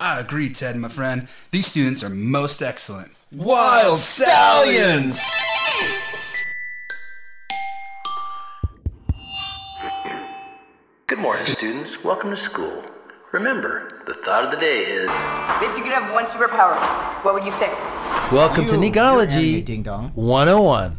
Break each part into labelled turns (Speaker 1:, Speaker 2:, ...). Speaker 1: agree, Ted, my friend. These students are most excellent.
Speaker 2: Wild Stallions!
Speaker 3: Good morning, students. Welcome to school. Remember, the thought of the day is
Speaker 4: If you could have one superpower, what would you pick?
Speaker 5: Welcome to
Speaker 6: You-
Speaker 5: Necology
Speaker 6: you're Andy Ding Dong.
Speaker 5: 101,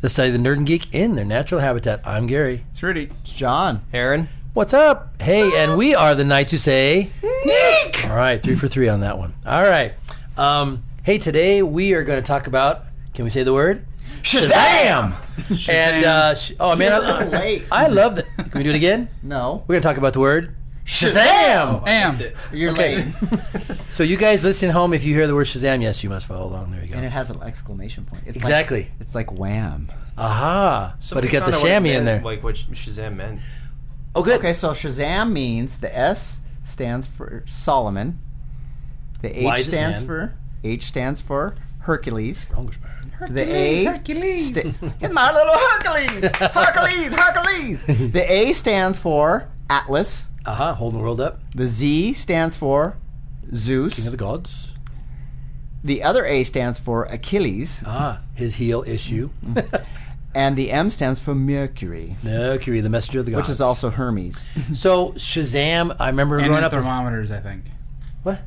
Speaker 5: the study of the nerd and geek in their natural habitat. I'm Gary.
Speaker 1: It's Rudy.
Speaker 6: It's John.
Speaker 2: Aaron?
Speaker 5: What's up? Hey, and we are the Knights Who Say Nick! All right, three for three on that one. All right. Um, hey, today we are going to talk about, can we say the word? Shazam! And, uh, sh- oh man,
Speaker 6: You're a little
Speaker 5: I,
Speaker 6: late.
Speaker 5: I love that. Can we do it again?
Speaker 6: No,
Speaker 5: We're going to talk about the word Shazam!
Speaker 1: Am.
Speaker 6: you're late.
Speaker 5: So, you guys listening home, if you hear the word Shazam, yes, you must follow along. There you
Speaker 6: And it
Speaker 5: go.
Speaker 6: has an exclamation point. It's
Speaker 5: Exactly.
Speaker 6: Like, it's like wham.
Speaker 5: Aha.
Speaker 7: Somebody
Speaker 5: but it got the
Speaker 7: found out what
Speaker 5: chamois in
Speaker 7: meant,
Speaker 5: there.
Speaker 7: Like what Shazam meant.
Speaker 5: Oh, good.
Speaker 6: Okay, so Shazam means the S stands for Solomon. The H
Speaker 5: Wisest
Speaker 6: stands
Speaker 5: man.
Speaker 6: for H stands for Hercules. The
Speaker 1: Hercules,
Speaker 6: A
Speaker 1: Hercules.
Speaker 6: sta- It's my little Hercules, Hercules, Hercules. The A stands for Atlas.
Speaker 5: Aha, holding the world up.
Speaker 6: The Z stands for Zeus.
Speaker 5: King of the gods.
Speaker 6: the other A stands for Achilles,
Speaker 5: Ah, Mm-hmm. his heel issue.
Speaker 6: and the M stands for Mercury,
Speaker 5: Mercury, the messenger of the gods.
Speaker 6: which is also Hermes.
Speaker 5: So, Shazam, I remember
Speaker 1: And
Speaker 5: growing
Speaker 1: in
Speaker 5: up.
Speaker 1: thermometers, I think.
Speaker 5: What?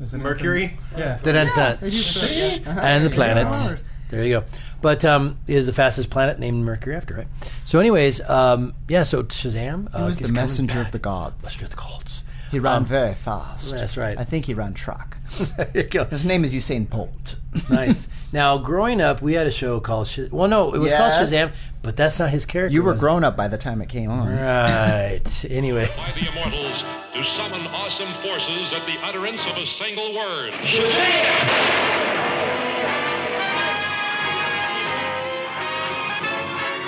Speaker 1: Isn't it
Speaker 7: Mercury.
Speaker 5: Dun, dun, dun.
Speaker 6: Uh-huh.
Speaker 5: and the planet. There you go. But um, it is the fastest planet named Mercury after, right? So, anyways, um, yeah, so Shazam. Uh,
Speaker 6: He was
Speaker 5: is
Speaker 6: the
Speaker 5: coming
Speaker 6: messenger
Speaker 5: back.
Speaker 6: of the gods.
Speaker 5: Messenger of the gods.
Speaker 6: He ran very fast.
Speaker 5: that's right.
Speaker 6: I think he ran track.
Speaker 5: there you go.
Speaker 6: His name is Usain Bolt.
Speaker 5: nice. Now, growing up, we had a show called Shaz- Well, no, it was called
Speaker 6: Yes.
Speaker 5: Shazam, but that's not his character.
Speaker 6: You were
Speaker 5: was it?
Speaker 6: grown up by the time it came on.
Speaker 5: Right. Anyways.
Speaker 8: the immortals to summon awesome forces at the utterance of a single word.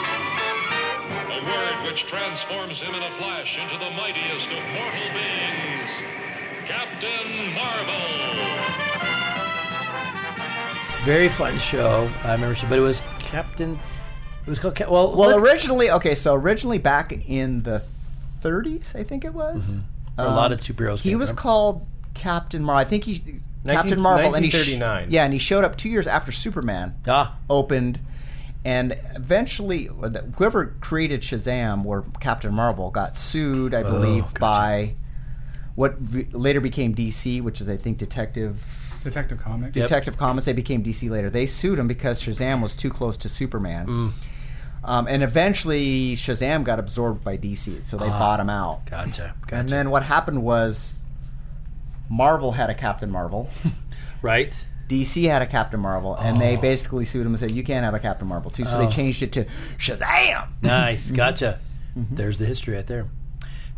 Speaker 8: A word which transforms him in a flash into the mightiest of mortal beings, Captain Marvel.
Speaker 5: Very fun show. I remember, she, but it was Captain. It was called Cap- well.
Speaker 6: Well,
Speaker 5: let-
Speaker 6: originally, okay, so originally back in the 30s, I think it was.
Speaker 5: Mm-hmm. a lot of superheroes.
Speaker 6: uh, He
Speaker 5: came
Speaker 6: was
Speaker 5: from.
Speaker 6: called Captain Marvel. I think he Captain Marvel, and he sh-
Speaker 7: 1939.
Speaker 6: yeah, and he showed up two years after Superman
Speaker 5: Ah.
Speaker 6: opened, and eventually whoever created Shazam or Captain Marvel got sued, I believe,
Speaker 5: Oh, gotcha.
Speaker 6: by what v- later became DC, which is I think Detective
Speaker 1: Detective Comics.
Speaker 6: Detective Comics. They became DC later. They sued him because Shazam was too close to Superman.
Speaker 5: Mm.
Speaker 6: Um, and eventually, Shazam got absorbed by DC, so they bought him out.
Speaker 5: Ah, Gotcha. Gotcha.
Speaker 6: And then what happened was Marvel had a Captain Marvel.
Speaker 5: right.
Speaker 6: DC had a Captain Marvel, and they
Speaker 5: Oh.
Speaker 6: basically sued him and said, "You can't have a Captain Marvel too." So they changed it to Shazam.
Speaker 5: Nice. Gotcha. There's the history right there.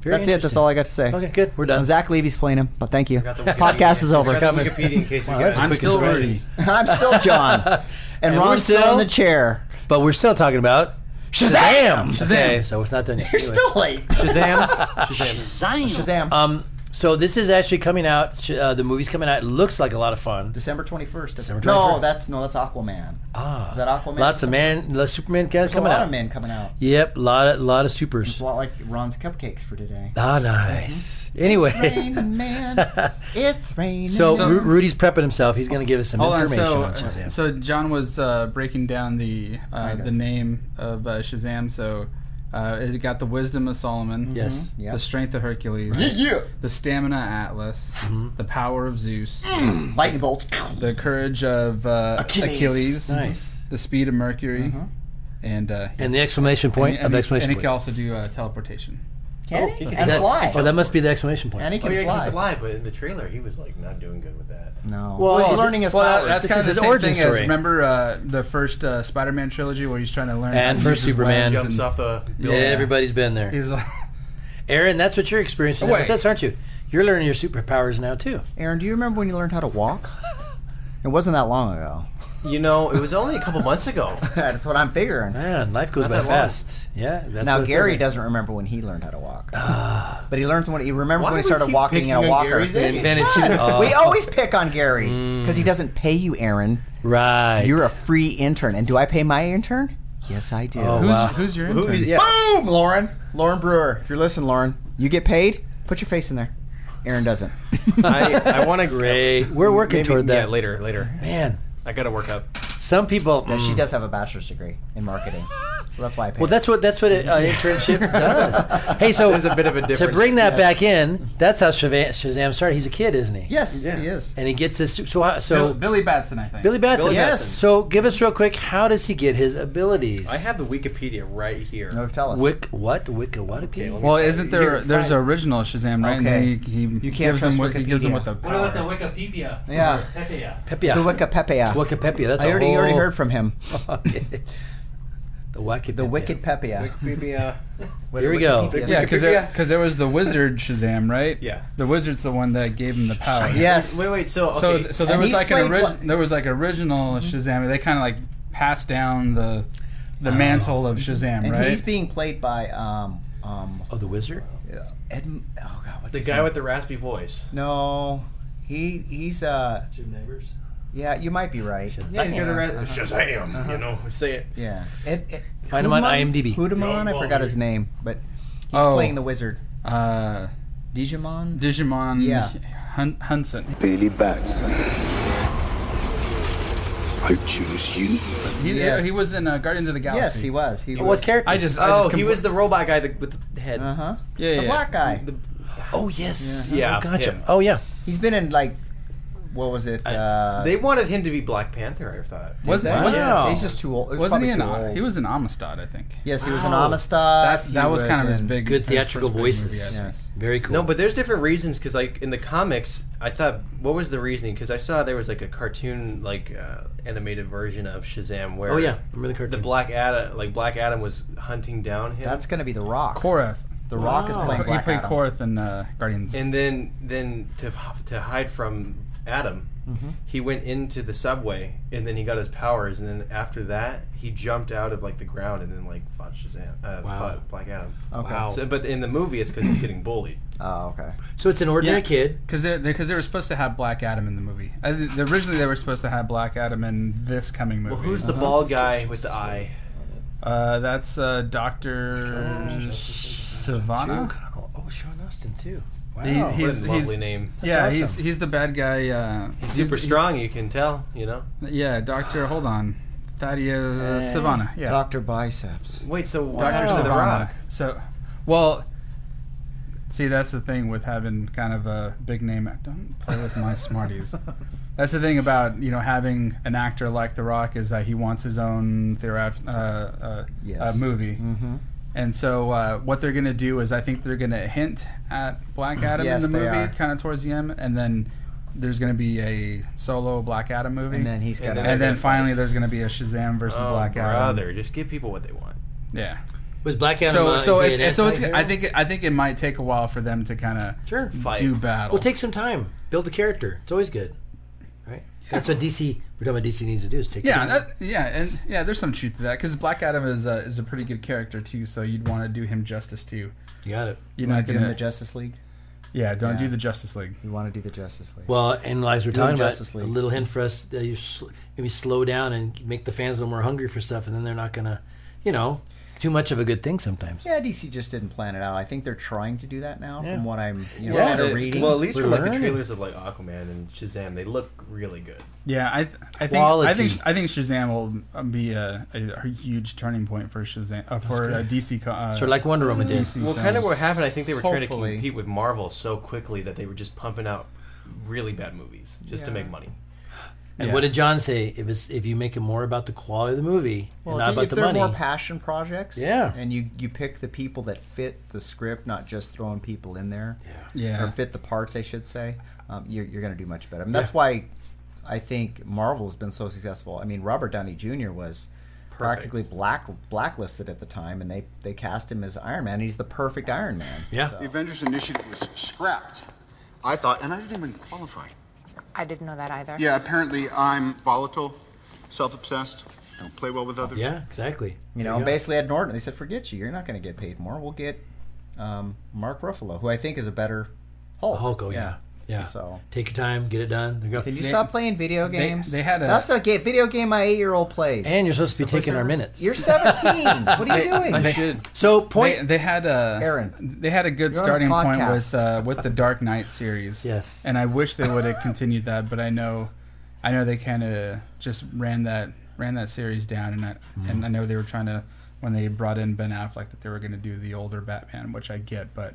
Speaker 5: Very
Speaker 6: Mm-hmm. That's it. That's
Speaker 5: interesting.
Speaker 6: all I got to say.
Speaker 5: Okay. Good. We're done.
Speaker 6: And Zach Levy's playing him, but thank you.
Speaker 7: the Wikipedia.
Speaker 6: Podcast is over.
Speaker 7: Got the Wikipedia in case you guys.
Speaker 1: I'm still Rudy.
Speaker 6: I'm still John, and,
Speaker 5: we're
Speaker 6: Ron's still,
Speaker 5: still-
Speaker 6: in the chair.
Speaker 5: But we're still talking about Shazam. Okay. So it's not done yet.
Speaker 6: You're
Speaker 5: Anyway.
Speaker 6: still late.
Speaker 7: Shazam. Shazam.
Speaker 6: Shazam.
Speaker 5: Um. So this is actually coming out. sh- Uh, the movie's coming out. It looks like a lot of fun.
Speaker 6: December twenty first.
Speaker 5: December
Speaker 6: No,
Speaker 5: 21st.
Speaker 6: that's no, that's Aquaman. Ah, is that Aquaman?
Speaker 5: Lots of man, lots of Superman kind of
Speaker 6: There's a
Speaker 5: coming
Speaker 6: lot
Speaker 5: out.
Speaker 6: of men coming out.
Speaker 5: Yep, lot of lot of supers.
Speaker 6: It's a lot like Ron's cupcakes for today.
Speaker 5: Ah, nice. Anyway,
Speaker 6: Rain man, it's raining.
Speaker 5: so Ru- Rudy's prepping himself. He's going to give us some
Speaker 1: Hold on.
Speaker 5: information
Speaker 1: So,
Speaker 5: on Shazam.
Speaker 1: so John was uh, breaking down the uh, the name of uh, Shazam. So uh, it got the wisdom of Solomon. Mhm.
Speaker 5: yes.
Speaker 6: Yeah.
Speaker 1: The strength of Hercules. The stamina Atlas.
Speaker 5: Mm-hmm.
Speaker 1: The power of Zeus.
Speaker 2: Mm.
Speaker 6: lightning bolt.
Speaker 5: Oh,
Speaker 1: The courage of uh, Achilles.
Speaker 6: Achilles.
Speaker 5: Nice. Mm-hmm.
Speaker 1: The speed of Mercury. And uh,
Speaker 5: And the exclamation point
Speaker 1: and,
Speaker 5: of
Speaker 1: he- and
Speaker 5: exclamation
Speaker 1: he
Speaker 5: point.
Speaker 1: can also do uh, teleportation.
Speaker 6: Can he?
Speaker 5: Is
Speaker 6: And
Speaker 5: that-
Speaker 6: fly.
Speaker 5: Oh, that must be the exclamation point.
Speaker 6: and he
Speaker 7: Oh,
Speaker 6: can,
Speaker 7: yeah, he
Speaker 6: fly.
Speaker 7: can fly, but in the trailer he was like not doing good with that.
Speaker 6: No.
Speaker 5: Well,
Speaker 6: Well,
Speaker 5: he's-
Speaker 6: he's learning his
Speaker 1: Well,
Speaker 6: powers.
Speaker 1: that's
Speaker 5: This
Speaker 1: kind
Speaker 5: is
Speaker 1: of the
Speaker 5: his
Speaker 1: same
Speaker 5: origin
Speaker 1: thing as
Speaker 5: story.
Speaker 1: remember uh, the first uh, Spider-Man trilogy where he's trying to learn
Speaker 5: And
Speaker 1: how to
Speaker 5: first
Speaker 1: use his webs
Speaker 5: Superman.
Speaker 7: Jumps
Speaker 1: and
Speaker 7: off the
Speaker 5: Yeah,
Speaker 7: building.
Speaker 5: Everybody's been there.
Speaker 1: He's like,
Speaker 5: Aaron, that's what you're experiencing now
Speaker 1: Wait.
Speaker 5: with this, aren't you? You're learning your superpowers now too.
Speaker 6: Aaron, do you remember when you learned how to walk? It wasn't that long ago.
Speaker 7: You know, it was only a couple months ago.
Speaker 6: That's what I'm figuring.
Speaker 5: Man, life goes
Speaker 7: Not
Speaker 5: by
Speaker 7: that long.
Speaker 5: fast. Yeah. That's
Speaker 6: now
Speaker 5: what it
Speaker 6: Gary
Speaker 5: feels
Speaker 6: doesn't remember when he learned how to walk, but he learns when he remembers
Speaker 7: Ah. Why
Speaker 6: when he
Speaker 7: do we
Speaker 6: started
Speaker 7: keep
Speaker 6: walking
Speaker 7: picking
Speaker 6: in a
Speaker 7: on
Speaker 6: walker.
Speaker 7: Gary's Mm. name?
Speaker 6: It's
Speaker 5: Then it's
Speaker 6: fun.
Speaker 5: you- oh.
Speaker 6: We always pick on Gary because he doesn't pay you, Aaron.
Speaker 5: like. Right.
Speaker 6: You're a free intern, and do I pay my intern? Yes, I do.
Speaker 5: Oh,
Speaker 1: who's,
Speaker 5: wow.
Speaker 1: who's your
Speaker 7: Who
Speaker 1: intern?
Speaker 7: is, yeah.
Speaker 6: Boom, Lauren, Lauren Brewer. If you're listening, Lauren, you get paid. Put your face in there. Aaron doesn't.
Speaker 7: I, I want to gray.
Speaker 5: We're working toward that.
Speaker 7: Yeah, later, later.
Speaker 5: Man,
Speaker 7: I got to work up.
Speaker 5: some people.
Speaker 6: But she does have a bachelor's degree in marketing, so that's why I paid.
Speaker 5: Well, that's what that's what an internship does. Hey, so
Speaker 7: There's a bit of a
Speaker 5: to
Speaker 7: difference.
Speaker 5: bring that back in, that's how Shazam, Shazam started. He's a kid, isn't he?
Speaker 6: yes, he is.
Speaker 5: And he gets this. So how-
Speaker 1: Bill-
Speaker 5: so
Speaker 1: Billy Batson, I think.
Speaker 5: Billy Batson.
Speaker 7: Billy
Speaker 5: yes.
Speaker 7: Batson.
Speaker 5: So give us real quick. How does he get his abilities?
Speaker 7: I have the Wikipedia right here.
Speaker 6: No, tell us.
Speaker 5: Wick. What Wicca? What again?
Speaker 7: let me-
Speaker 1: Well, isn't there?
Speaker 6: You're
Speaker 1: there's
Speaker 6: fine.
Speaker 1: an original Shazam, right? And
Speaker 6: Okay.
Speaker 1: then he, he
Speaker 6: You can't
Speaker 1: gives him
Speaker 6: trust
Speaker 1: what he gives him
Speaker 6: Wikipedia.
Speaker 1: what the
Speaker 9: What about the Wikipedia?
Speaker 6: Yeah.
Speaker 9: Pepea.
Speaker 5: Pepia.
Speaker 6: the Wikipedia.
Speaker 5: Wikipedia. That's
Speaker 6: I
Speaker 5: a
Speaker 6: already,
Speaker 5: whole,
Speaker 6: already heard from him.
Speaker 5: the Wicked.
Speaker 6: The Wicked Pepia.
Speaker 7: Wikipedia.
Speaker 5: Here we go.
Speaker 6: Wikipedia.
Speaker 1: Yeah, because there,
Speaker 7: Wikipedia.
Speaker 1: 'cause there was the wizard Shazam, right?
Speaker 7: Yeah.
Speaker 1: the wizard's the one that gave him the power.
Speaker 6: Yes.
Speaker 7: Wait, wait. So, okay.
Speaker 1: So, so there
Speaker 6: And
Speaker 1: was
Speaker 6: he's
Speaker 1: like an
Speaker 6: played
Speaker 1: ori-
Speaker 6: what- Mm-hmm.
Speaker 1: there was like original Shazam. They kind of like passed down the the mantle of Shazam,
Speaker 6: Oh. And
Speaker 1: right?
Speaker 6: he's being played by um um
Speaker 5: Oh, the wizard.
Speaker 6: Ed. Oh God, what's
Speaker 7: the
Speaker 6: his
Speaker 7: guy
Speaker 6: name?
Speaker 7: with the raspy voice.
Speaker 6: No, he he's uh
Speaker 9: Jim Neighbors.
Speaker 6: yeah. You might be right. Yeah,
Speaker 7: Get a ra- Shazam! You know, say it.
Speaker 6: yeah. Ed, Ed,
Speaker 5: Find him on
Speaker 6: Hudimon?
Speaker 5: IMDb.
Speaker 6: Hudimon, I
Speaker 7: No,
Speaker 6: forgot his
Speaker 7: Wally.
Speaker 6: name, but he's
Speaker 1: Oh.
Speaker 6: playing the wizard.
Speaker 1: uh,
Speaker 6: Digimon.
Speaker 1: Digimon
Speaker 6: Yeah.
Speaker 1: Hun- Hunson.
Speaker 2: Billy Batson. I choose you.
Speaker 1: He,
Speaker 6: Yes.
Speaker 1: he was in uh, Guardians of the Galaxy.
Speaker 6: yes, he was. He was.
Speaker 5: What character?
Speaker 1: I just I
Speaker 7: Oh,
Speaker 1: just
Speaker 7: he
Speaker 1: compl-
Speaker 7: was the robot guy that, with the head.
Speaker 6: Uh huh.
Speaker 1: yeah, yeah,
Speaker 6: The black guy.
Speaker 7: The-
Speaker 5: oh yes.
Speaker 7: Yeah,
Speaker 5: Oh, gotcha.
Speaker 7: him.
Speaker 5: Oh yeah.
Speaker 6: He's been in like, what was it? uh,
Speaker 7: They wanted him to be Black Panther. I thought.
Speaker 1: Was
Speaker 6: that-
Speaker 1: was
Speaker 5: Wow.
Speaker 6: He's just too old.
Speaker 1: wasn't
Speaker 6: probably
Speaker 1: he in?
Speaker 6: too old.
Speaker 1: He was in Amistad, I think.
Speaker 6: Yes, he was an
Speaker 5: Wow.
Speaker 6: Amistad.
Speaker 1: That's,
Speaker 6: He
Speaker 1: that was, kind of his
Speaker 6: in-
Speaker 1: big
Speaker 5: Good
Speaker 1: his
Speaker 5: theatrical
Speaker 1: first big movie, I
Speaker 5: voices.
Speaker 1: think.
Speaker 6: Yes.
Speaker 5: Very cool.
Speaker 7: No, but there's different reasons because, like, in the comics, I thought, what was the reasoning? Because I saw there was like a cartoon, like, uh, animated version of Shazam where,
Speaker 5: Oh yeah. Remember the
Speaker 7: the
Speaker 5: character?
Speaker 7: Black Adam, like Black Adam, was hunting down him.
Speaker 6: That's gonna be the Rock.
Speaker 1: Korath.
Speaker 6: the Rock is playing
Speaker 1: Oh. he
Speaker 6: Black
Speaker 1: played
Speaker 6: Adam.
Speaker 1: Korath in uh, Guardians.
Speaker 7: and then, then to h- to hide from Adam, he went into the subway, and then he got his powers, and then after that, he jumped out of like the ground, and then like fought Shazam, uh, fought Black Adam.
Speaker 6: Okay.
Speaker 5: Wow.
Speaker 7: So, but in the movie, it's because he's getting bullied.
Speaker 6: Oh, okay.
Speaker 5: So it's an ordinary
Speaker 1: Yeah.
Speaker 5: kid.
Speaker 1: Because they because they were supposed to have Black Adam in the movie. I, th- originally, they were supposed to have Black Adam in this coming movie.
Speaker 7: Well, who's the bald guy with the eye?
Speaker 1: Uh, that's uh, Doctor Savannah.
Speaker 5: O'Connell. Oh, Sean Austin too. Wow.
Speaker 1: He-
Speaker 7: What
Speaker 1: he's-
Speaker 7: a lovely
Speaker 1: he's-
Speaker 7: name.
Speaker 1: yeah,
Speaker 5: awesome.
Speaker 1: he's he's the bad guy. Uh,
Speaker 7: He's super strong, you can tell, you know?
Speaker 1: yeah, Doctor. Hold on, Thaddeus uh, Savannah. Yeah,
Speaker 6: Doctor Biceps.
Speaker 7: Wait, so
Speaker 1: Doctor
Speaker 6: Oh,
Speaker 7: Dr. The Rock.
Speaker 1: So, well, see, that's the thing with having kind of a big name. act- Don't play with my smarties. That's the thing about you know having an actor like The Rock is that he wants his own theorat- uh, uh,
Speaker 6: Yes.
Speaker 1: uh, movie. Mm-hmm. And so, uh, what they're going to do is, I think they're going to hint at Black Adam
Speaker 6: Yes,
Speaker 1: in the
Speaker 6: they are.
Speaker 1: movie, kind of towards the end, and then there's going to be a solo Black Adam movie,
Speaker 6: And then he's got.
Speaker 7: And
Speaker 6: a-
Speaker 7: then-
Speaker 1: and then finally there's going to be a Shazam versus
Speaker 7: Oh,
Speaker 1: Black
Speaker 7: brother,
Speaker 1: Adam.
Speaker 7: just give people what they want.
Speaker 1: Yeah,
Speaker 5: Was Black Adam?
Speaker 1: so
Speaker 5: uh,
Speaker 1: so
Speaker 5: is he
Speaker 1: it,
Speaker 5: an
Speaker 1: so it's
Speaker 5: anti-hero?
Speaker 1: I think it- I think it might take a while for them to kind of
Speaker 5: Sure.
Speaker 7: Fight.
Speaker 1: do battle.
Speaker 5: Well, take some time. Build a character. It's always good, right? That's what DC. We're talking about DC needs to do is take.
Speaker 1: yeah,
Speaker 5: time.
Speaker 1: that, yeah, and yeah. There's some truth to that because Black Adam is a, is a pretty good character too. So you'd want to do him justice too.
Speaker 5: you got it.
Speaker 1: You're
Speaker 6: Wanna
Speaker 1: not
Speaker 6: do
Speaker 1: gonna,
Speaker 6: the Justice League.
Speaker 1: yeah. Don't do
Speaker 6: yeah.
Speaker 1: the Justice League.
Speaker 6: We want to do the Justice League.
Speaker 5: Well, and as we're talking about,
Speaker 6: Justice
Speaker 5: a
Speaker 6: League.
Speaker 5: little hint for us that you sl- maybe slow down and make the fans a little more hungry for stuff, and then they're not gonna, you know, too much of a good thing sometimes.
Speaker 6: yeah, DC just didn't plan it out. I think they're trying to do that now, from what I'm you know,
Speaker 5: Yeah,
Speaker 6: kinda
Speaker 5: it's-
Speaker 6: reading.
Speaker 7: Well, at least
Speaker 5: We're
Speaker 7: for like the
Speaker 5: learning.
Speaker 7: trailers of like Aquaman and Shazam, they look really good.
Speaker 1: Yeah, I th- I think I think
Speaker 5: Quality.
Speaker 1: I think Shazam will um, be a, a, a huge turning point for Shazam uh, for uh, DC. co- Uh,
Speaker 5: Sort of like Wonder Woman did.
Speaker 1: DC
Speaker 7: Well,
Speaker 1: films.
Speaker 7: kind of what happened, I think they were trying to
Speaker 6: Hopefully.
Speaker 7: compete with Marvel so quickly that they were just pumping out really bad movies just to make money.
Speaker 5: And
Speaker 1: Yeah.
Speaker 5: what did John say? If it's if you make it more about the quality of the movie
Speaker 6: Well,
Speaker 5: and not
Speaker 6: if,
Speaker 5: about
Speaker 6: if
Speaker 5: the
Speaker 6: they're
Speaker 5: money,
Speaker 6: more passion projects,
Speaker 5: Yeah.
Speaker 6: and you you pick the people that fit the script, not just throwing people in there,
Speaker 1: Yeah.
Speaker 6: or fit the parts, I should say, um, you're, you're going to do much better. I mean, that's why I think Marvel has been so successful. I mean, Robert Downey Jr. was practically black blacklisted at the time, and they they cast him as Iron Man. and he's the perfect Iron Man.
Speaker 5: yeah,
Speaker 10: The Avengers Initiative was scrapped. I thought, and I didn't even qualify.
Speaker 11: I didn't know that either.
Speaker 10: Yeah, apparently I'm volatile, self-obsessed, don't play well with others.
Speaker 5: yeah, exactly.
Speaker 6: You know, and basically Ed Norton. They said, "Forget you. You're not going to get paid more. We'll get um, Mark Ruffalo, who I think is a better Hulk."
Speaker 5: Hulk, oh, yeah. Yeah.
Speaker 6: So
Speaker 5: Take your time, get it done. There you go.
Speaker 6: can you stop playing video
Speaker 1: they-
Speaker 6: games?
Speaker 1: they had a-
Speaker 6: that's a ga- video game my eight year old plays.
Speaker 5: and you're supposed to be taking our minutes.
Speaker 6: you're 17. what are you doing?
Speaker 1: They-
Speaker 5: so point.
Speaker 1: They, they had a
Speaker 6: Aaron,
Speaker 1: They had a good
Speaker 6: you're on a
Speaker 1: starting point
Speaker 6: podcast.
Speaker 1: with uh, with the Dark Knight series.
Speaker 5: Yes.
Speaker 1: and I wish they would have continued that, but I know, I know they kind of just ran that ran that series down, and I, and I know they were trying to when they brought in Ben Affleck that they were going to do the older Batman, which I get, but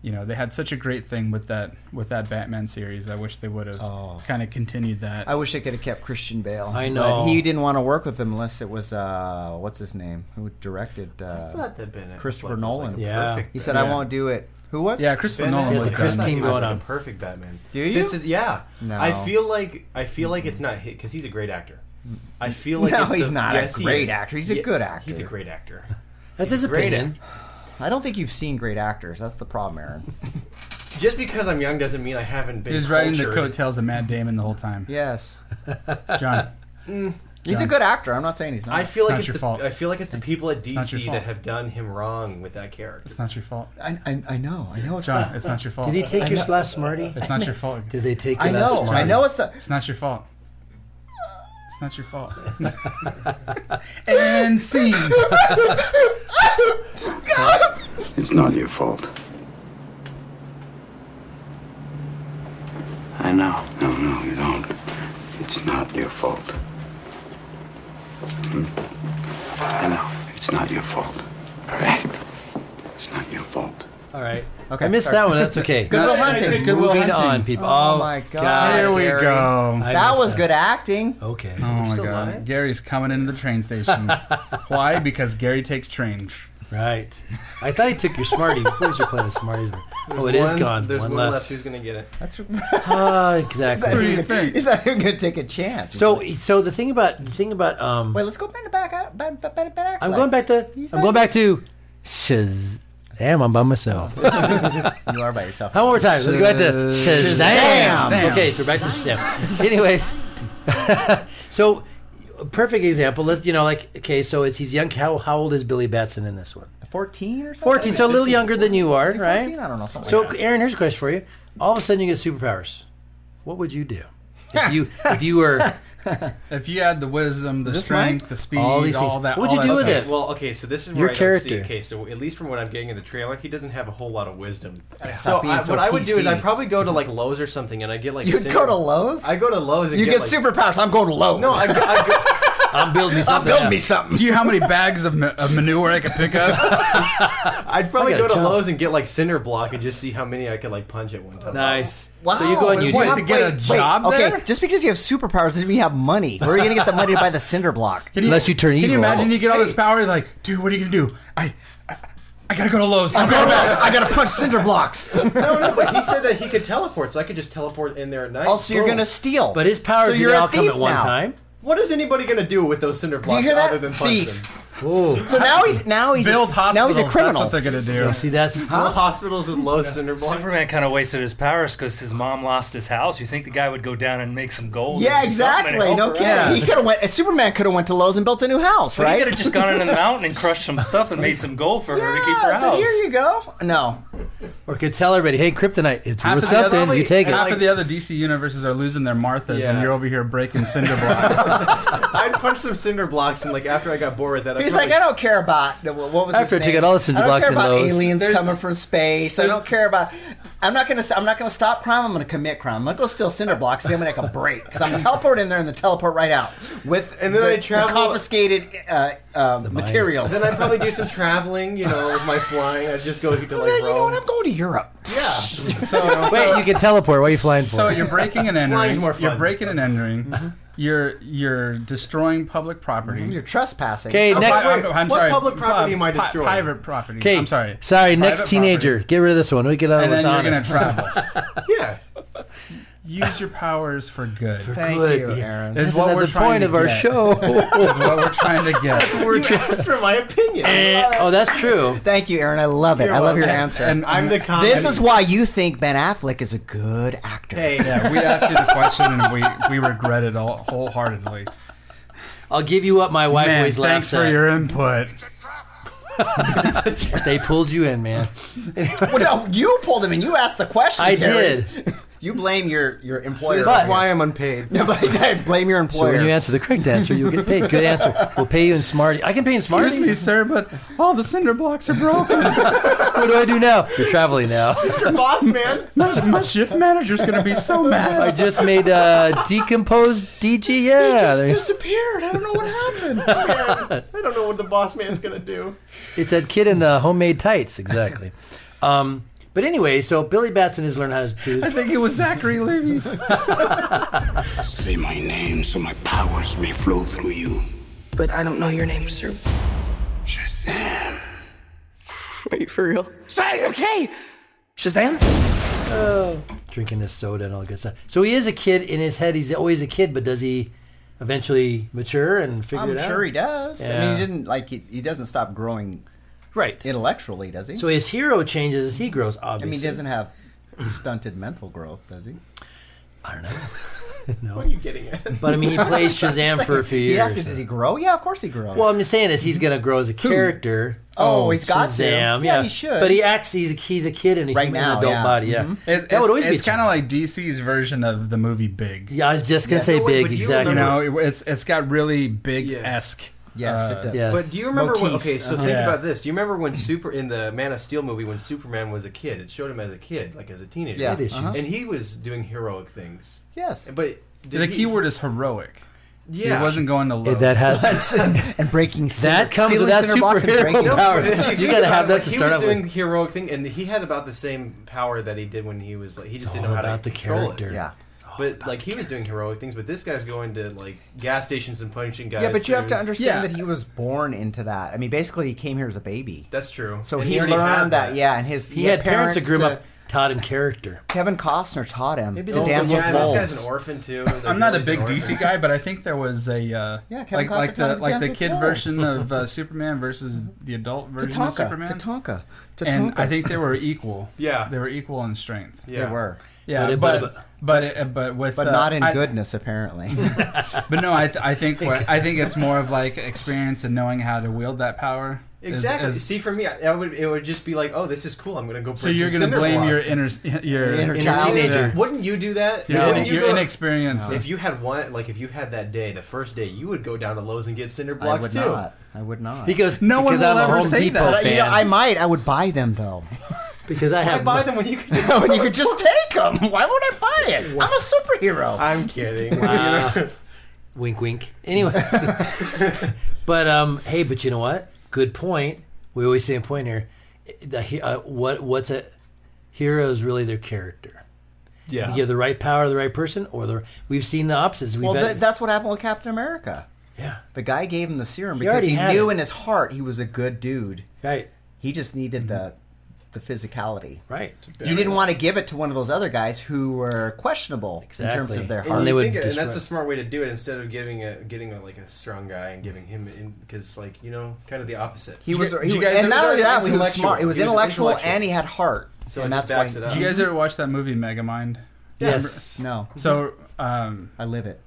Speaker 1: you know they had such a great thing with that with that Batman series. I wish they would have kind of continued that.
Speaker 6: I wish they could have kept Christian Bale.
Speaker 5: I know.
Speaker 6: but he didn't want to work with him unless it was uh, what's his name who directed. Uh, Christopher Nolan.
Speaker 5: Yeah.
Speaker 6: he said, "I won't do it." Who was?
Speaker 1: yeah, Christopher Nolan
Speaker 5: Yeah,
Speaker 1: was
Speaker 5: the
Speaker 1: done.
Speaker 5: Christine
Speaker 7: He was
Speaker 5: going
Speaker 7: like
Speaker 5: on.
Speaker 7: a perfect Batman.
Speaker 6: Do you?
Speaker 7: Fits it- yeah.
Speaker 6: No.
Speaker 7: I feel like I feel like it's not hit because he's a great actor. I feel like
Speaker 6: No,
Speaker 7: it's
Speaker 6: he's
Speaker 7: the-
Speaker 6: not a
Speaker 7: yes, he
Speaker 6: great
Speaker 7: is.
Speaker 6: actor. He's a
Speaker 7: Ye-
Speaker 6: good actor.
Speaker 7: He's a great actor.
Speaker 5: That's his
Speaker 7: Great
Speaker 5: opinion.
Speaker 6: I don't think you've seen great actors. That's the problem, Aaron.
Speaker 7: Just because I'm young doesn't mean I haven't been.
Speaker 1: He was riding the
Speaker 7: cultured.
Speaker 1: coattails of Matt Damon the whole time.
Speaker 6: yes,
Speaker 1: John,
Speaker 6: he's a good actor. I'm not saying he's not.
Speaker 7: I feel
Speaker 1: It's
Speaker 7: like
Speaker 1: not
Speaker 7: it's
Speaker 1: your
Speaker 7: the,
Speaker 1: fault.
Speaker 7: I feel like it's the people at
Speaker 1: not your
Speaker 7: DC
Speaker 1: fault.
Speaker 7: that have done him wrong with that character.
Speaker 1: it's not your fault.
Speaker 6: I, I, I know. I know it's
Speaker 1: John,
Speaker 6: not.
Speaker 1: it's not your fault.
Speaker 5: Did he take your last smarty?
Speaker 1: It's not your fault.
Speaker 5: Did they take your
Speaker 6: I
Speaker 5: last
Speaker 6: know.
Speaker 5: smarty?
Speaker 6: I know it's not.
Speaker 1: It's not your fault. It's not your fault. and scene.
Speaker 2: It's not your fault. I know. No, no, you don't. It's not your fault. Hmm? I know. It's not your fault. All right? It's not your fault.
Speaker 5: All right.
Speaker 6: Okay,
Speaker 5: I missed
Speaker 6: sorry.
Speaker 5: that one. That's okay.
Speaker 6: Good Will Hunting.
Speaker 1: Good Will
Speaker 5: Moving
Speaker 1: Hunting.
Speaker 5: on, people.
Speaker 6: Oh my God.
Speaker 1: Here we
Speaker 6: Gary.
Speaker 1: go.
Speaker 5: I
Speaker 6: that
Speaker 5: missed
Speaker 6: was good acting.
Speaker 5: Okay.
Speaker 1: oh my
Speaker 7: still
Speaker 1: god.
Speaker 7: live?
Speaker 1: Gary's coming into the train station. Why? Because Gary takes trains.
Speaker 5: Right. I thought he took your smarty. What was your plan of smarties? Oh, it is
Speaker 7: One-
Speaker 5: gone.
Speaker 7: There's
Speaker 5: one,
Speaker 7: one,
Speaker 5: left.
Speaker 7: Who's gonna get it?
Speaker 6: That's
Speaker 5: Ah, exactly.
Speaker 6: he's not even going to take a chance.
Speaker 5: So, so the thing about the thing about um,
Speaker 6: wait, let's go back to back. out- back, back, back, back
Speaker 5: I'm going back to
Speaker 6: He's
Speaker 5: I'm
Speaker 6: not-
Speaker 5: going back to Shaz. Damn, I'm by myself.
Speaker 6: You are by yourself.
Speaker 5: How one more time? Let's go back to Shazam.
Speaker 1: Shazam.
Speaker 5: Okay, so we're back to Shazam. Anyways, so perfect example. Let's you know, like okay, so it's he's young. How how old is Billy Batson in this one?
Speaker 6: 14 or something?
Speaker 5: 14, so a little younger than you are,
Speaker 6: Is he
Speaker 5: right?
Speaker 6: 14? I don't know. Something
Speaker 5: So
Speaker 6: like that.
Speaker 5: Aaron, here's a question for you. All of a sudden, you get superpowers. What would you do if you if you were
Speaker 1: If you had the wisdom, the
Speaker 6: this
Speaker 1: strength,
Speaker 6: mine?
Speaker 1: the speed,
Speaker 5: All
Speaker 1: all,
Speaker 5: these things.
Speaker 1: that,
Speaker 5: What'd
Speaker 1: all
Speaker 5: you do
Speaker 1: that
Speaker 5: with
Speaker 1: stuff.
Speaker 5: it?
Speaker 7: Well, okay, so this is where
Speaker 5: Your
Speaker 7: I
Speaker 5: character.
Speaker 7: Don't see, okay, so at least from what I'm getting in the trailer, he doesn't have a whole lot of wisdom. So,
Speaker 6: Stop being
Speaker 7: I,
Speaker 6: so
Speaker 7: what I would do is
Speaker 6: PC.
Speaker 7: I probably go to like Lowe's or something, and I get like
Speaker 6: You
Speaker 7: cinnamon-
Speaker 6: go to Lowe's?
Speaker 7: I go to Lowe's. And
Speaker 6: you get
Speaker 7: like,
Speaker 6: superpowers. I'm going low.
Speaker 7: No, I, go- I go,
Speaker 5: I'm building me
Speaker 6: I'm
Speaker 5: something?
Speaker 6: building me
Speaker 5: up.
Speaker 6: something.
Speaker 1: Do you know how many bags of, ma- of manure I could pick up?
Speaker 7: I'd probably
Speaker 5: I
Speaker 7: go
Speaker 5: gotta
Speaker 7: to
Speaker 5: jump.
Speaker 7: Lowe's and get like cinder block and just see how many I could like punch at one time.
Speaker 5: Nice.
Speaker 6: Wow.
Speaker 5: So you go on
Speaker 6: Wait,
Speaker 5: YouTube.
Speaker 1: have to get a job
Speaker 6: okay,
Speaker 1: there?
Speaker 6: just because you have superpowers doesn't mean you have money. Where are you going to get the money to buy the cinder block?
Speaker 1: Can
Speaker 5: Unless you turn
Speaker 1: Can you
Speaker 5: evil.
Speaker 1: imagine you get all this power? Like, dude, what are you gonna do? I, I, I gotta go to Lowe's. I'm going back.
Speaker 6: I got to punch cinder blocks.
Speaker 7: No, no, but he said that he could teleport, so I could just teleport in there at night.
Speaker 6: Also, you're
Speaker 7: Boom.
Speaker 6: going to steal.
Speaker 5: But his powers
Speaker 6: so
Speaker 5: did
Speaker 6: you're a
Speaker 5: all come
Speaker 6: thief
Speaker 5: at one
Speaker 6: now.
Speaker 5: time.
Speaker 7: What is anybody going to do with those cinder blocks
Speaker 6: hear that?
Speaker 7: other than punch
Speaker 6: Thief.
Speaker 7: them?
Speaker 6: So now he's now he's a,
Speaker 1: Build
Speaker 6: now
Speaker 1: hospitals.
Speaker 6: he's a criminal.
Speaker 1: That's what they're gonna do.
Speaker 5: So see, that's
Speaker 7: Well, Hospitals with low cinder blocks.
Speaker 9: Superman kind of wasted his powers because his mom lost his house. You think the guy would go down and make some gold?
Speaker 6: yeah,
Speaker 9: and do something Oh,
Speaker 6: exactly.
Speaker 9: and
Speaker 6: No
Speaker 9: help her
Speaker 6: kidding.
Speaker 9: out?
Speaker 6: He could have went. Superman could have went to Lowe's and built a new house,
Speaker 9: But
Speaker 6: right?
Speaker 9: He could have just gone into the mountain and crushed some stuff and made some gold for her to keep her
Speaker 6: Yeah, so
Speaker 9: house.
Speaker 6: here you go. No,
Speaker 5: or could tell everybody, hey, kryptonite, it's
Speaker 1: Half
Speaker 5: worth
Speaker 1: of the other-
Speaker 5: something. You take it.
Speaker 1: Half of the other DC universes are losing their Marthas, and
Speaker 7: Yeah.
Speaker 1: you're over here breaking cinder blocks.
Speaker 7: I'd punch some cinder blocks, and like after I got bored with that, I'd
Speaker 6: he's
Speaker 7: probably-
Speaker 6: like, I don't care about what was
Speaker 5: After
Speaker 6: his
Speaker 5: taking
Speaker 6: name?
Speaker 5: all the
Speaker 6: I
Speaker 5: cinder
Speaker 6: don't
Speaker 5: blocks
Speaker 6: care
Speaker 5: and
Speaker 6: about
Speaker 5: Lowe's.
Speaker 6: aliens
Speaker 1: There's-
Speaker 6: coming from space. I don't care about. I'm not gonna. st- I'm not gonna stop crime. I'm gonna commit crime. I'm gonna go steal cinder blocks. See how many I can break. Because I'm gonna teleport in there and then teleport right out with
Speaker 7: And then
Speaker 6: the,
Speaker 7: I travel-
Speaker 6: the confiscated uh, uh, materials.
Speaker 7: Then I'd probably do some traveling, you know, with my flying. I'd just go to like
Speaker 6: Yeah, you know
Speaker 7: Rome.
Speaker 6: what? I'm going to Europe.
Speaker 7: yeah,
Speaker 1: So,
Speaker 5: Wait, you can teleport. What are you flying for?
Speaker 1: so you're breaking and
Speaker 7: Flying's
Speaker 1: entering.
Speaker 7: more
Speaker 1: You're
Speaker 7: fun. Mm-hmm.
Speaker 1: breaking and entering. You're you're destroying public property.
Speaker 6: You're trespassing.
Speaker 5: okay,
Speaker 1: Oh,
Speaker 5: next.
Speaker 1: pri- I'm,
Speaker 7: wait,
Speaker 1: I'm
Speaker 7: what
Speaker 1: sorry.
Speaker 7: public property am I
Speaker 1: Pri-
Speaker 7: destroying?
Speaker 1: Private property.
Speaker 5: Okay,
Speaker 1: I'm sorry.
Speaker 5: Sorry,
Speaker 1: Private
Speaker 5: next teenager.
Speaker 1: property.
Speaker 5: Get rid of this one. We get on
Speaker 1: And
Speaker 5: what's
Speaker 1: then you're
Speaker 5: honest.
Speaker 1: gonna travel.
Speaker 7: yeah.
Speaker 1: Use your powers for good.
Speaker 6: Thank
Speaker 5: Good.
Speaker 6: you, Aaron.
Speaker 1: Is
Speaker 5: Isn't
Speaker 1: what
Speaker 5: that
Speaker 1: we're
Speaker 5: the
Speaker 1: trying
Speaker 5: point
Speaker 1: to
Speaker 5: of our
Speaker 1: get.
Speaker 5: show?
Speaker 1: Is what we're trying to get.
Speaker 7: you asked for my opinion.
Speaker 5: oh, that's true.
Speaker 6: Thank you, Aaron. I love it. I love your
Speaker 1: welcome.
Speaker 6: answer.
Speaker 1: And
Speaker 7: I'm the con-
Speaker 6: this is why you think Ben Affleck is a good actor.
Speaker 7: Hey,
Speaker 1: yeah, we asked you the question and we, we regret it all wholeheartedly.
Speaker 5: I'll give you what my wife
Speaker 1: Man,
Speaker 5: always
Speaker 1: thanks
Speaker 5: laughs
Speaker 1: for
Speaker 5: at.
Speaker 1: your input.
Speaker 5: They pulled you in, man.
Speaker 6: Well, no, you pulled him and you asked the question.
Speaker 5: I
Speaker 6: Gary.
Speaker 5: did.
Speaker 6: You blame your your employer.
Speaker 7: This
Speaker 6: on
Speaker 7: is
Speaker 6: here.
Speaker 7: why I'm unpaid.
Speaker 6: No, but I blame your employer.
Speaker 5: So when you answer the correct answer, you'll get paid. Good answer. We'll pay you in Smarties. I can pay you in Smarties.
Speaker 1: Excuse me, sir, but all the cinder blocks are broken.
Speaker 5: What do I do now? You're traveling now.
Speaker 1: Mr. Boss Man. My, my shift manager's going to be so mad.
Speaker 5: I just made uh, decomposed DG. Yeah. there-
Speaker 6: disappeared. I don't know what happened.
Speaker 7: I don't know what the boss man's gonna do.
Speaker 5: It's that kid in the homemade tights, exactly. Um, but anyway, so Billy Batson has learned how to.
Speaker 1: I think it was Zachary Levy.
Speaker 2: Say my name so my powers may flow through you.
Speaker 12: But I don't know your name, sir.
Speaker 2: Shazam.
Speaker 12: Wait, for real?
Speaker 2: Say, okay!
Speaker 12: Shazam?
Speaker 5: Oh. Drinking his soda and all that good stuff. So he is a kid in his head. He's always a kid, but does he eventually mature and figure
Speaker 6: I'm
Speaker 5: it out?
Speaker 6: sure he does. I
Speaker 5: Yeah.
Speaker 6: mean, he didn't like he, he doesn't stop growing,
Speaker 5: right?
Speaker 6: Intellectually, does he?
Speaker 5: So his hero changes as he grows.
Speaker 6: I mean,
Speaker 5: Obviously,
Speaker 6: he doesn't have stunted mental growth, does he?
Speaker 5: I don't know. no.
Speaker 7: What are you getting at?
Speaker 5: But I mean, he plays Shazam for a few
Speaker 6: He asked
Speaker 5: years.
Speaker 6: him, does he grow? Yeah, of course he grows.
Speaker 5: Well, I'm just saying is he's going to grow as a character.
Speaker 6: Oh, he's got to.
Speaker 5: Shazam.
Speaker 6: Yeah,
Speaker 5: Yeah,
Speaker 6: he should.
Speaker 5: But he acts. He's a, he's a kid in a human adult body. Yeah,
Speaker 6: Mm-hmm.
Speaker 1: It's,
Speaker 5: that would always be. a
Speaker 1: kind of like DC's version of the movie Big.
Speaker 5: Yeah, I was just gonna Yes. say So, Big, but do you exactly.
Speaker 1: You know,
Speaker 5: remember-
Speaker 1: it, it's it's got really uh, big esque.
Speaker 7: But do you remember when? Okay,
Speaker 5: Uh-huh.
Speaker 7: so think about this. Do you remember when Super in the Man of Steel movie when Superman was a kid? It showed him as a kid, like as a teenager. Uh-huh.
Speaker 1: Yeah. Kid issues.
Speaker 7: and he was doing heroic things.
Speaker 6: Yes,
Speaker 7: but did
Speaker 1: the
Speaker 7: he-
Speaker 1: key word is heroic.
Speaker 7: Yeah.
Speaker 1: he wasn't going to low.
Speaker 5: That has
Speaker 6: uh, and breaking
Speaker 5: That comes with that superhero power.
Speaker 7: if
Speaker 5: You
Speaker 7: think
Speaker 5: gotta
Speaker 7: about
Speaker 5: have that
Speaker 7: it, like,
Speaker 5: to
Speaker 7: he
Speaker 5: start
Speaker 7: was
Speaker 5: out
Speaker 7: doing
Speaker 5: with.
Speaker 7: the heroic thing, and he had about the same power that he did when he was like he just didn't
Speaker 5: all
Speaker 7: know how
Speaker 5: about
Speaker 7: to
Speaker 5: the
Speaker 7: control
Speaker 5: character.
Speaker 7: It.
Speaker 5: Yeah.
Speaker 7: But like he was doing heroic things, but this guy's going to like gas stations and punching guys.
Speaker 6: Yeah, but you have to
Speaker 7: through-
Speaker 6: understand that he was born into that. I mean, basically, he came here as a baby.
Speaker 7: That's true.
Speaker 6: So
Speaker 7: And
Speaker 6: he,
Speaker 7: he already
Speaker 6: learned
Speaker 7: had
Speaker 6: that.
Speaker 7: that.
Speaker 6: Yeah, and his
Speaker 5: He had parents that grew him up, taught him character.
Speaker 6: Kevin Costner taught him
Speaker 5: Maybe
Speaker 6: to
Speaker 5: that's
Speaker 6: dance
Speaker 5: the-
Speaker 6: with
Speaker 5: yeah,
Speaker 6: wolves.
Speaker 5: this guy's an orphan, too. They're
Speaker 1: I'm not a
Speaker 5: always
Speaker 1: big
Speaker 5: an orphan.
Speaker 1: DC guy, but I think there was a uh,
Speaker 6: Yeah, Kevin
Speaker 1: like
Speaker 6: Costner
Speaker 1: like the
Speaker 6: taught him to
Speaker 1: like
Speaker 6: dance
Speaker 1: the
Speaker 6: with
Speaker 1: kid
Speaker 6: wolves.
Speaker 1: version of uh, Superman versus the adult version of
Speaker 5: uh,
Speaker 6: Tatanka,
Speaker 1: Superman.
Speaker 6: Tatanka,
Speaker 1: And
Speaker 6: Tatanka.
Speaker 1: I think they were equal.
Speaker 6: Yeah.
Speaker 1: they were equal in strength.
Speaker 6: They Yeah. were.
Speaker 1: Yeah,
Speaker 6: But it-
Speaker 1: but
Speaker 6: but-
Speaker 1: but but, it- but with
Speaker 6: but
Speaker 1: uh,
Speaker 6: not in
Speaker 1: I-
Speaker 6: goodness, apparently.
Speaker 1: But no, I, th- I think what, I think it's more of like experience and knowing how to wield that power. is-
Speaker 7: Exactly.
Speaker 1: is-
Speaker 7: See, for me, I I would it would just be like, oh, this is cool. I'm gonna go.
Speaker 1: so
Speaker 7: break
Speaker 1: you're gonna
Speaker 7: some cinder
Speaker 1: blame your
Speaker 7: blocks.
Speaker 1: inner your,
Speaker 7: Inner child. Wouldn't you do that?
Speaker 1: Your,
Speaker 7: Wouldn't
Speaker 1: in-
Speaker 7: you
Speaker 1: your
Speaker 7: go-
Speaker 1: inexperience.
Speaker 7: If you had one, like if you had that day, the first day, you would go down to Lowe's and get cinder blocks
Speaker 6: would
Speaker 7: too.
Speaker 6: not. I would not.
Speaker 5: Because- No one because will I'm a ever Home say Depot that.
Speaker 6: You know,
Speaker 5: fan.
Speaker 6: I might. I would buy them though.
Speaker 5: Because I
Speaker 6: Why
Speaker 5: have
Speaker 6: buy
Speaker 5: no-
Speaker 6: them when you could just- When you could just take 'em? Why would I buy it? I'm a superhero.
Speaker 7: I'm kidding.
Speaker 5: Wow. wink, wink. Anyway, but um, hey, but you know what? Good point. We always say a point here. The, he- uh, what what's a hero is really their character.
Speaker 7: Yeah.
Speaker 5: you give the right power to the right person, or the we've seen the opposites. We've
Speaker 6: Well,
Speaker 5: had-
Speaker 6: th- that's what happened with Captain America.
Speaker 5: Yeah.
Speaker 6: The guy gave him the serum
Speaker 5: He
Speaker 6: because
Speaker 5: already
Speaker 6: he
Speaker 5: had
Speaker 6: knew
Speaker 5: it.
Speaker 6: in his heart he was a good dude.
Speaker 5: Right.
Speaker 6: He just needed the the physicality.
Speaker 5: Right.
Speaker 6: You didn't want to give it to one of those other guys who were questionable in terms
Speaker 5: Exactly.
Speaker 6: of their
Speaker 5: And
Speaker 6: heart.
Speaker 5: they
Speaker 7: You
Speaker 5: would
Speaker 7: think- and
Speaker 5: destroy-
Speaker 7: that's a smart way to do it instead of giving a getting a, like a strong guy and giving him in because like you know kind of the opposite.
Speaker 6: He was, he, and not only that, he was smart. It was, intellectual, and he had heart.
Speaker 7: So
Speaker 6: and
Speaker 7: it just
Speaker 6: that's why.
Speaker 7: backs it
Speaker 1: Did you guys ever watch that movie Megamind?
Speaker 6: Yes. No.
Speaker 1: So um,
Speaker 6: I live it.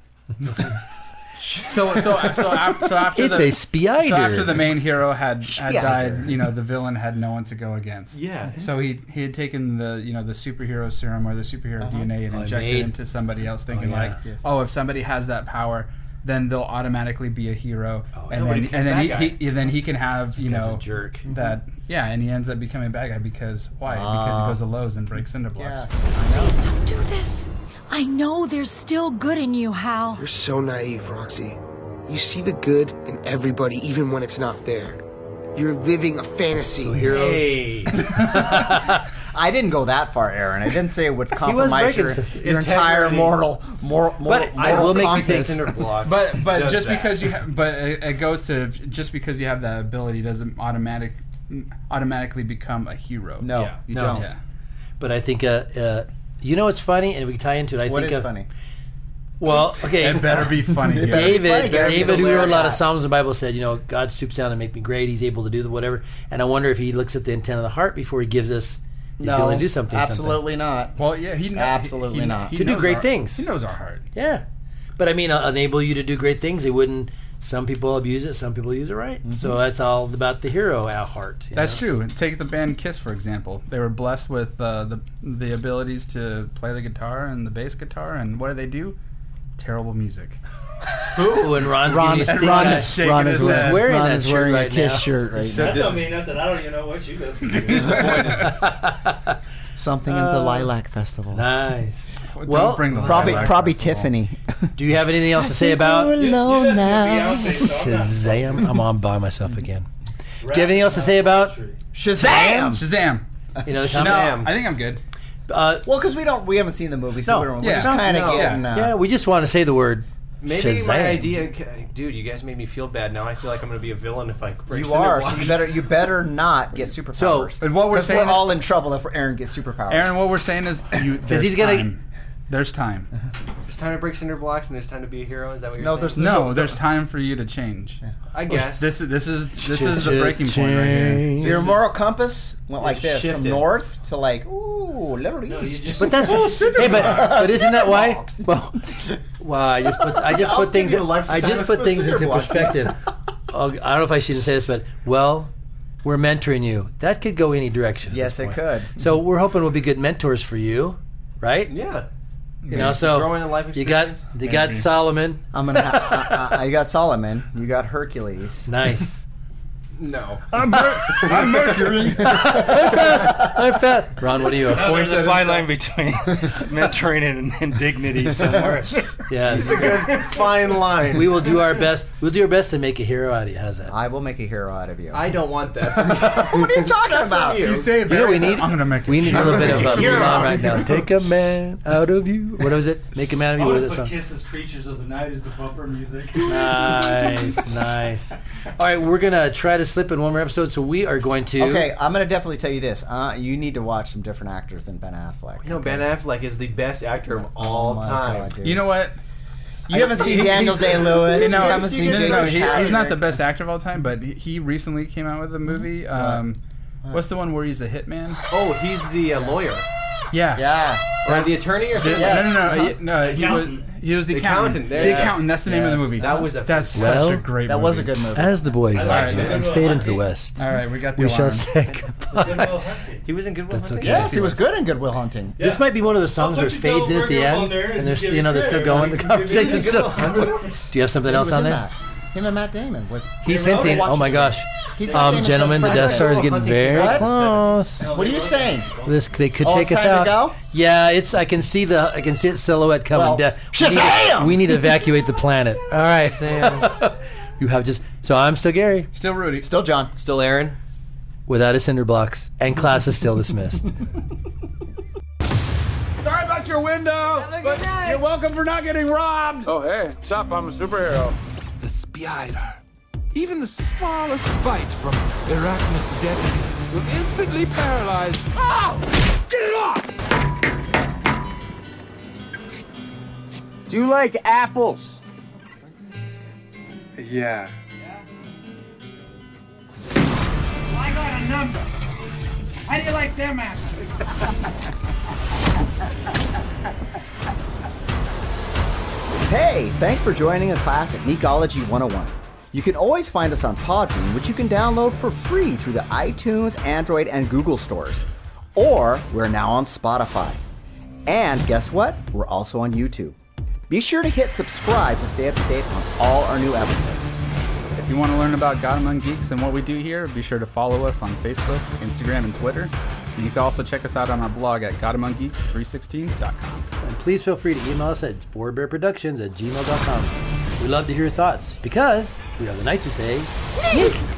Speaker 1: So so so after, so after
Speaker 5: It's
Speaker 1: the,
Speaker 5: a spider.
Speaker 1: So after the main hero had had
Speaker 5: Spider.
Speaker 1: died, you know the villain had no one to go against.
Speaker 5: Yeah.
Speaker 1: So he he had taken the you know the superhero serum or the superhero
Speaker 5: Uh-huh.
Speaker 1: DNA and
Speaker 5: Oh, it
Speaker 1: injected
Speaker 5: made-
Speaker 1: it into somebody else, thinking
Speaker 5: yeah.
Speaker 1: like,
Speaker 5: Yes.
Speaker 1: oh, if somebody has that power. Then they'll automatically be a hero, and
Speaker 5: Oh, nobody
Speaker 1: then
Speaker 5: picked
Speaker 1: and then
Speaker 5: that
Speaker 1: he,
Speaker 5: guy.
Speaker 1: he and then he can have you
Speaker 5: Because
Speaker 1: know
Speaker 5: a jerk. Mm-hmm.
Speaker 1: that yeah, and he ends up becoming a bad guy because why? because
Speaker 5: Ah.
Speaker 1: he goes to Lowe's and breaks cinder blocks.
Speaker 13: Please don't do this. I know there's still good in you, Hal.
Speaker 14: You're so naive, Roxy. You see the good in everybody, even when it's not there. You're living a fantasy.
Speaker 5: heroes-
Speaker 6: I didn't go that far, Aaron. I didn't say it would compromise
Speaker 5: breaking
Speaker 6: your,
Speaker 5: some-
Speaker 6: your entire
Speaker 5: Integrity.
Speaker 6: moral moral moral.
Speaker 5: But I
Speaker 6: moral
Speaker 5: will make you
Speaker 6: compass.
Speaker 5: think Cinder Block
Speaker 1: But but
Speaker 5: does
Speaker 1: just
Speaker 5: that.
Speaker 1: because you ha- but it, it goes to just because you have that ability doesn't automatic automatically become a hero.
Speaker 6: No, Yeah. you don't.
Speaker 1: Yeah.
Speaker 5: But I think, uh, uh, you know, what's funny, and we can tie into it. I
Speaker 6: What
Speaker 5: think
Speaker 6: is
Speaker 5: uh,
Speaker 6: funly?
Speaker 5: Well, okay,
Speaker 1: It better be funny here. It better be funny.
Speaker 5: David,
Speaker 1: Better be
Speaker 5: David,
Speaker 1: the
Speaker 5: who wrote a lot
Speaker 1: Lord.
Speaker 5: of Psalms in the Bible, said, you know, God stoops down and make me great. He's able to do the whatever. And I wonder if he looks at the intent of the heart before he gives us the
Speaker 6: No,
Speaker 5: ability to do something.
Speaker 6: absolutely not.
Speaker 1: Well, yeah, he
Speaker 6: absolutely
Speaker 5: he-
Speaker 6: not
Speaker 5: he To do knows great our-
Speaker 1: things. He knows our heart.
Speaker 5: something. Yeah, but I mean, uh, enable you to do great things. He wouldn't Some people abuse it. Some people use it right. So that's all about the hero at heart. you
Speaker 1: That's
Speaker 5: know?
Speaker 1: true. And Take the band Kiss for example. They were blessed with uh, the the abilities to play the guitar and the bass guitar, and what do they do? Terrible music.
Speaker 5: Ooh, and Ron's Ron- giving you stink
Speaker 1: Ron
Speaker 5: eye.
Speaker 1: is shaking
Speaker 5: Ron
Speaker 1: his
Speaker 5: is
Speaker 1: head.
Speaker 5: wearing Ron that is shirt wearing a right Kiss now.
Speaker 6: shirt right
Speaker 9: that
Speaker 6: now.
Speaker 9: don't mean nothing. I don't even know what you listen to.
Speaker 6: Something at the
Speaker 5: Uh,
Speaker 6: Lilac Festival.
Speaker 5: Nice.
Speaker 6: Don't
Speaker 5: Well,
Speaker 6: bring Oh. the Probably- Lilac probably Festival. Uh, Tiffany.
Speaker 5: Do you have anything else to
Speaker 6: I
Speaker 5: say
Speaker 6: think
Speaker 5: about
Speaker 6: we're alone You- you listen to now. Beyonce, so I'm
Speaker 5: Shazam?
Speaker 6: not-
Speaker 5: I'm on by myself again. Do you have anything else to say about Shazam?
Speaker 1: Shazam.
Speaker 5: You know, the
Speaker 1: Shazam.
Speaker 5: comment?
Speaker 1: I think I'm good.
Speaker 5: Uh,
Speaker 6: well, because we don't, we haven't seen the movie, so
Speaker 5: No.
Speaker 6: we don't,
Speaker 5: Yeah.
Speaker 6: we're just kind of
Speaker 5: No.
Speaker 6: getting. Uh,
Speaker 5: yeah, we just want to say the word
Speaker 7: Maybe
Speaker 5: Shazam.
Speaker 7: my idea, c- dude. You guys made me feel bad. Now I feel like I'm going to be a villain if I. break
Speaker 6: You
Speaker 7: in and
Speaker 6: are, so
Speaker 7: watch.
Speaker 6: you better, you better not get superpowers.
Speaker 1: but what we're
Speaker 6: 'Cause
Speaker 1: saying-
Speaker 6: we're all in trouble if Aaron gets superpowers.
Speaker 1: Aaron, what we're saying is, you there's
Speaker 6: he's gonna-
Speaker 1: time. There's time.
Speaker 7: There's time to break cinder blocks and there's time to be a hero. Is that what you're
Speaker 1: No,
Speaker 7: saying?
Speaker 1: there's no. There's time for you to change.
Speaker 7: I guess.
Speaker 1: this is this is this is the breaking point right here.
Speaker 6: Your moral compass went like this
Speaker 1: shifted.
Speaker 6: from north to like ooh, little east.
Speaker 5: But that's hey, but, but isn't that why? Well, well, I just put I just
Speaker 6: I'll
Speaker 5: put
Speaker 6: give
Speaker 5: things
Speaker 6: you a
Speaker 5: in,
Speaker 6: lifetime
Speaker 5: I just put
Speaker 6: of
Speaker 5: things
Speaker 6: cinder
Speaker 5: into
Speaker 6: blocks.
Speaker 5: perspective. Oh, I don't know if I should say this, but well, we're mentoring you. That could go any direction. Yes, it could. So we're hoping we'll be good mentors for you, right?
Speaker 7: Yeah.
Speaker 5: You know, so
Speaker 7: Growing in life
Speaker 5: you got
Speaker 7: experience?
Speaker 5: you got
Speaker 6: Maybe.
Speaker 5: Solomon.
Speaker 6: I'm gonna. Ha- I, I, I got Solomon. You got Hercules.
Speaker 5: Nice.
Speaker 7: No.
Speaker 6: I'm,
Speaker 5: I'm
Speaker 6: Mercury.
Speaker 5: I'm fast. I'm fast. Ron, what are you? up
Speaker 9: No,
Speaker 5: for?
Speaker 9: there's a fine line between mentoring and, and dignity somewhere.
Speaker 5: Yes.
Speaker 9: It's a good
Speaker 5: fine line. We will do our best. We'll do our best to make a hero out of you. How's that? I
Speaker 6: will make a hero out of you.
Speaker 7: I don't want that.
Speaker 6: what are you talking about?
Speaker 7: you. You say
Speaker 5: You know, we need, we need a little bit of uh,
Speaker 9: Hero.
Speaker 5: Mulan right now. Take a man out of you. What was it? Make a man of
Speaker 9: I
Speaker 5: you. What
Speaker 9: would
Speaker 5: was that
Speaker 9: put
Speaker 5: song?
Speaker 9: Kiss's "Creatures of the Night" as the bumper music.
Speaker 5: Nice, nice. All right, we're gonna try to slip in one more episode. So we are going to.
Speaker 6: Okay, I'm gonna definitely tell you this. Uh, you need to watch some different actors than Ben Affleck.
Speaker 7: No, Ben Affleck is the best actor of all
Speaker 6: my
Speaker 7: time.
Speaker 6: God, dude.
Speaker 1: You know what?
Speaker 6: You haven't seen Daniel Day-Lewis.
Speaker 1: You know,
Speaker 6: You haven't
Speaker 1: no,
Speaker 6: seen
Speaker 1: no,
Speaker 6: Jason
Speaker 1: no, he- he's
Speaker 6: Patrick.
Speaker 1: not the best actor of all time, but he- he recently came out with a movie. Um, What's the one where he's a hitman?
Speaker 7: Oh, he's the uh, lawyer.
Speaker 1: Yeah.
Speaker 6: Yeah.
Speaker 7: Or the attorney or
Speaker 1: The-
Speaker 7: something?
Speaker 1: No, no, no. he- no he, was,
Speaker 7: Accountant.
Speaker 1: he was the
Speaker 7: The
Speaker 1: accountant.
Speaker 7: accountant, there
Speaker 1: The
Speaker 7: it is.
Speaker 1: accountant. That's the name of the
Speaker 7: Yes.
Speaker 1: movie.
Speaker 7: That was a-
Speaker 1: That's
Speaker 5: Well,
Speaker 1: such a great.
Speaker 5: that
Speaker 1: movie.
Speaker 5: was a good movie. As the boys
Speaker 1: All
Speaker 5: like
Speaker 1: right.
Speaker 5: it, and fade into the west.
Speaker 1: All right, we got the
Speaker 5: We shall
Speaker 1: alarm.
Speaker 5: say
Speaker 1: goodbye.
Speaker 7: He was in Goodwill
Speaker 5: That's okay.
Speaker 6: Yes, he was good in Goodwill Hunting.
Speaker 5: This might be one of those songs where it fades in at the end, and there's you know they're still going. The conversation's still. going. Do you have something
Speaker 6: He
Speaker 5: else
Speaker 6: was
Speaker 5: on
Speaker 6: in
Speaker 5: there?
Speaker 6: that. Him and Matt Damon. With
Speaker 5: He's hinting. Oh my gosh.
Speaker 6: He's got
Speaker 5: Um,
Speaker 6: famous
Speaker 5: gentlemen, the
Speaker 6: best
Speaker 5: Death
Speaker 6: friend.
Speaker 5: Star is getting very
Speaker 6: What?
Speaker 5: close.
Speaker 6: What are you saying?
Speaker 5: This they could
Speaker 6: Oh,
Speaker 5: take
Speaker 6: it's
Speaker 5: us
Speaker 6: time
Speaker 5: out.
Speaker 6: to go?
Speaker 5: Yeah, it's I can see the I can see its silhouette coming
Speaker 6: Well,
Speaker 5: down. We need-
Speaker 6: Shazam!
Speaker 5: We need to evacuate the planet. All right, you have just so I'm still Gary,
Speaker 1: still Rudy,
Speaker 6: still John,
Speaker 7: still Aaron,
Speaker 5: without a cinder blocks, and class is still dismissed.
Speaker 15: Sorry about your window, but you're welcome for not getting robbed. Oh, hey, what's up? I'm a superhero. The spider. Even the smallest bite from Arachnus deadness will instantly paralyze.
Speaker 5: Ah!
Speaker 15: Oh! Get it off!
Speaker 16: Do you like apples?
Speaker 17: Yeah.
Speaker 15: I got a number. How do you like them apples?
Speaker 6: Hey, thanks for joining a class at Necology 101. You can always find us on Podbean, which you can download for free through the iTunes, Android, and Google stores. Or we're now on Spotify. And guess what? We're also on YouTube. Be sure to hit subscribe to stay up to date on all our new episodes.
Speaker 1: If you want to learn about God Among Geeks and what we do here, be sure to follow us on Facebook, Instagram, and Twitter. And you can also check us out on our blog at GodAmongGeeks316.com.
Speaker 5: and please feel free to email us at forbearproductions at gmail.com. We love to hear your thoughts because we are the Knights Who Say.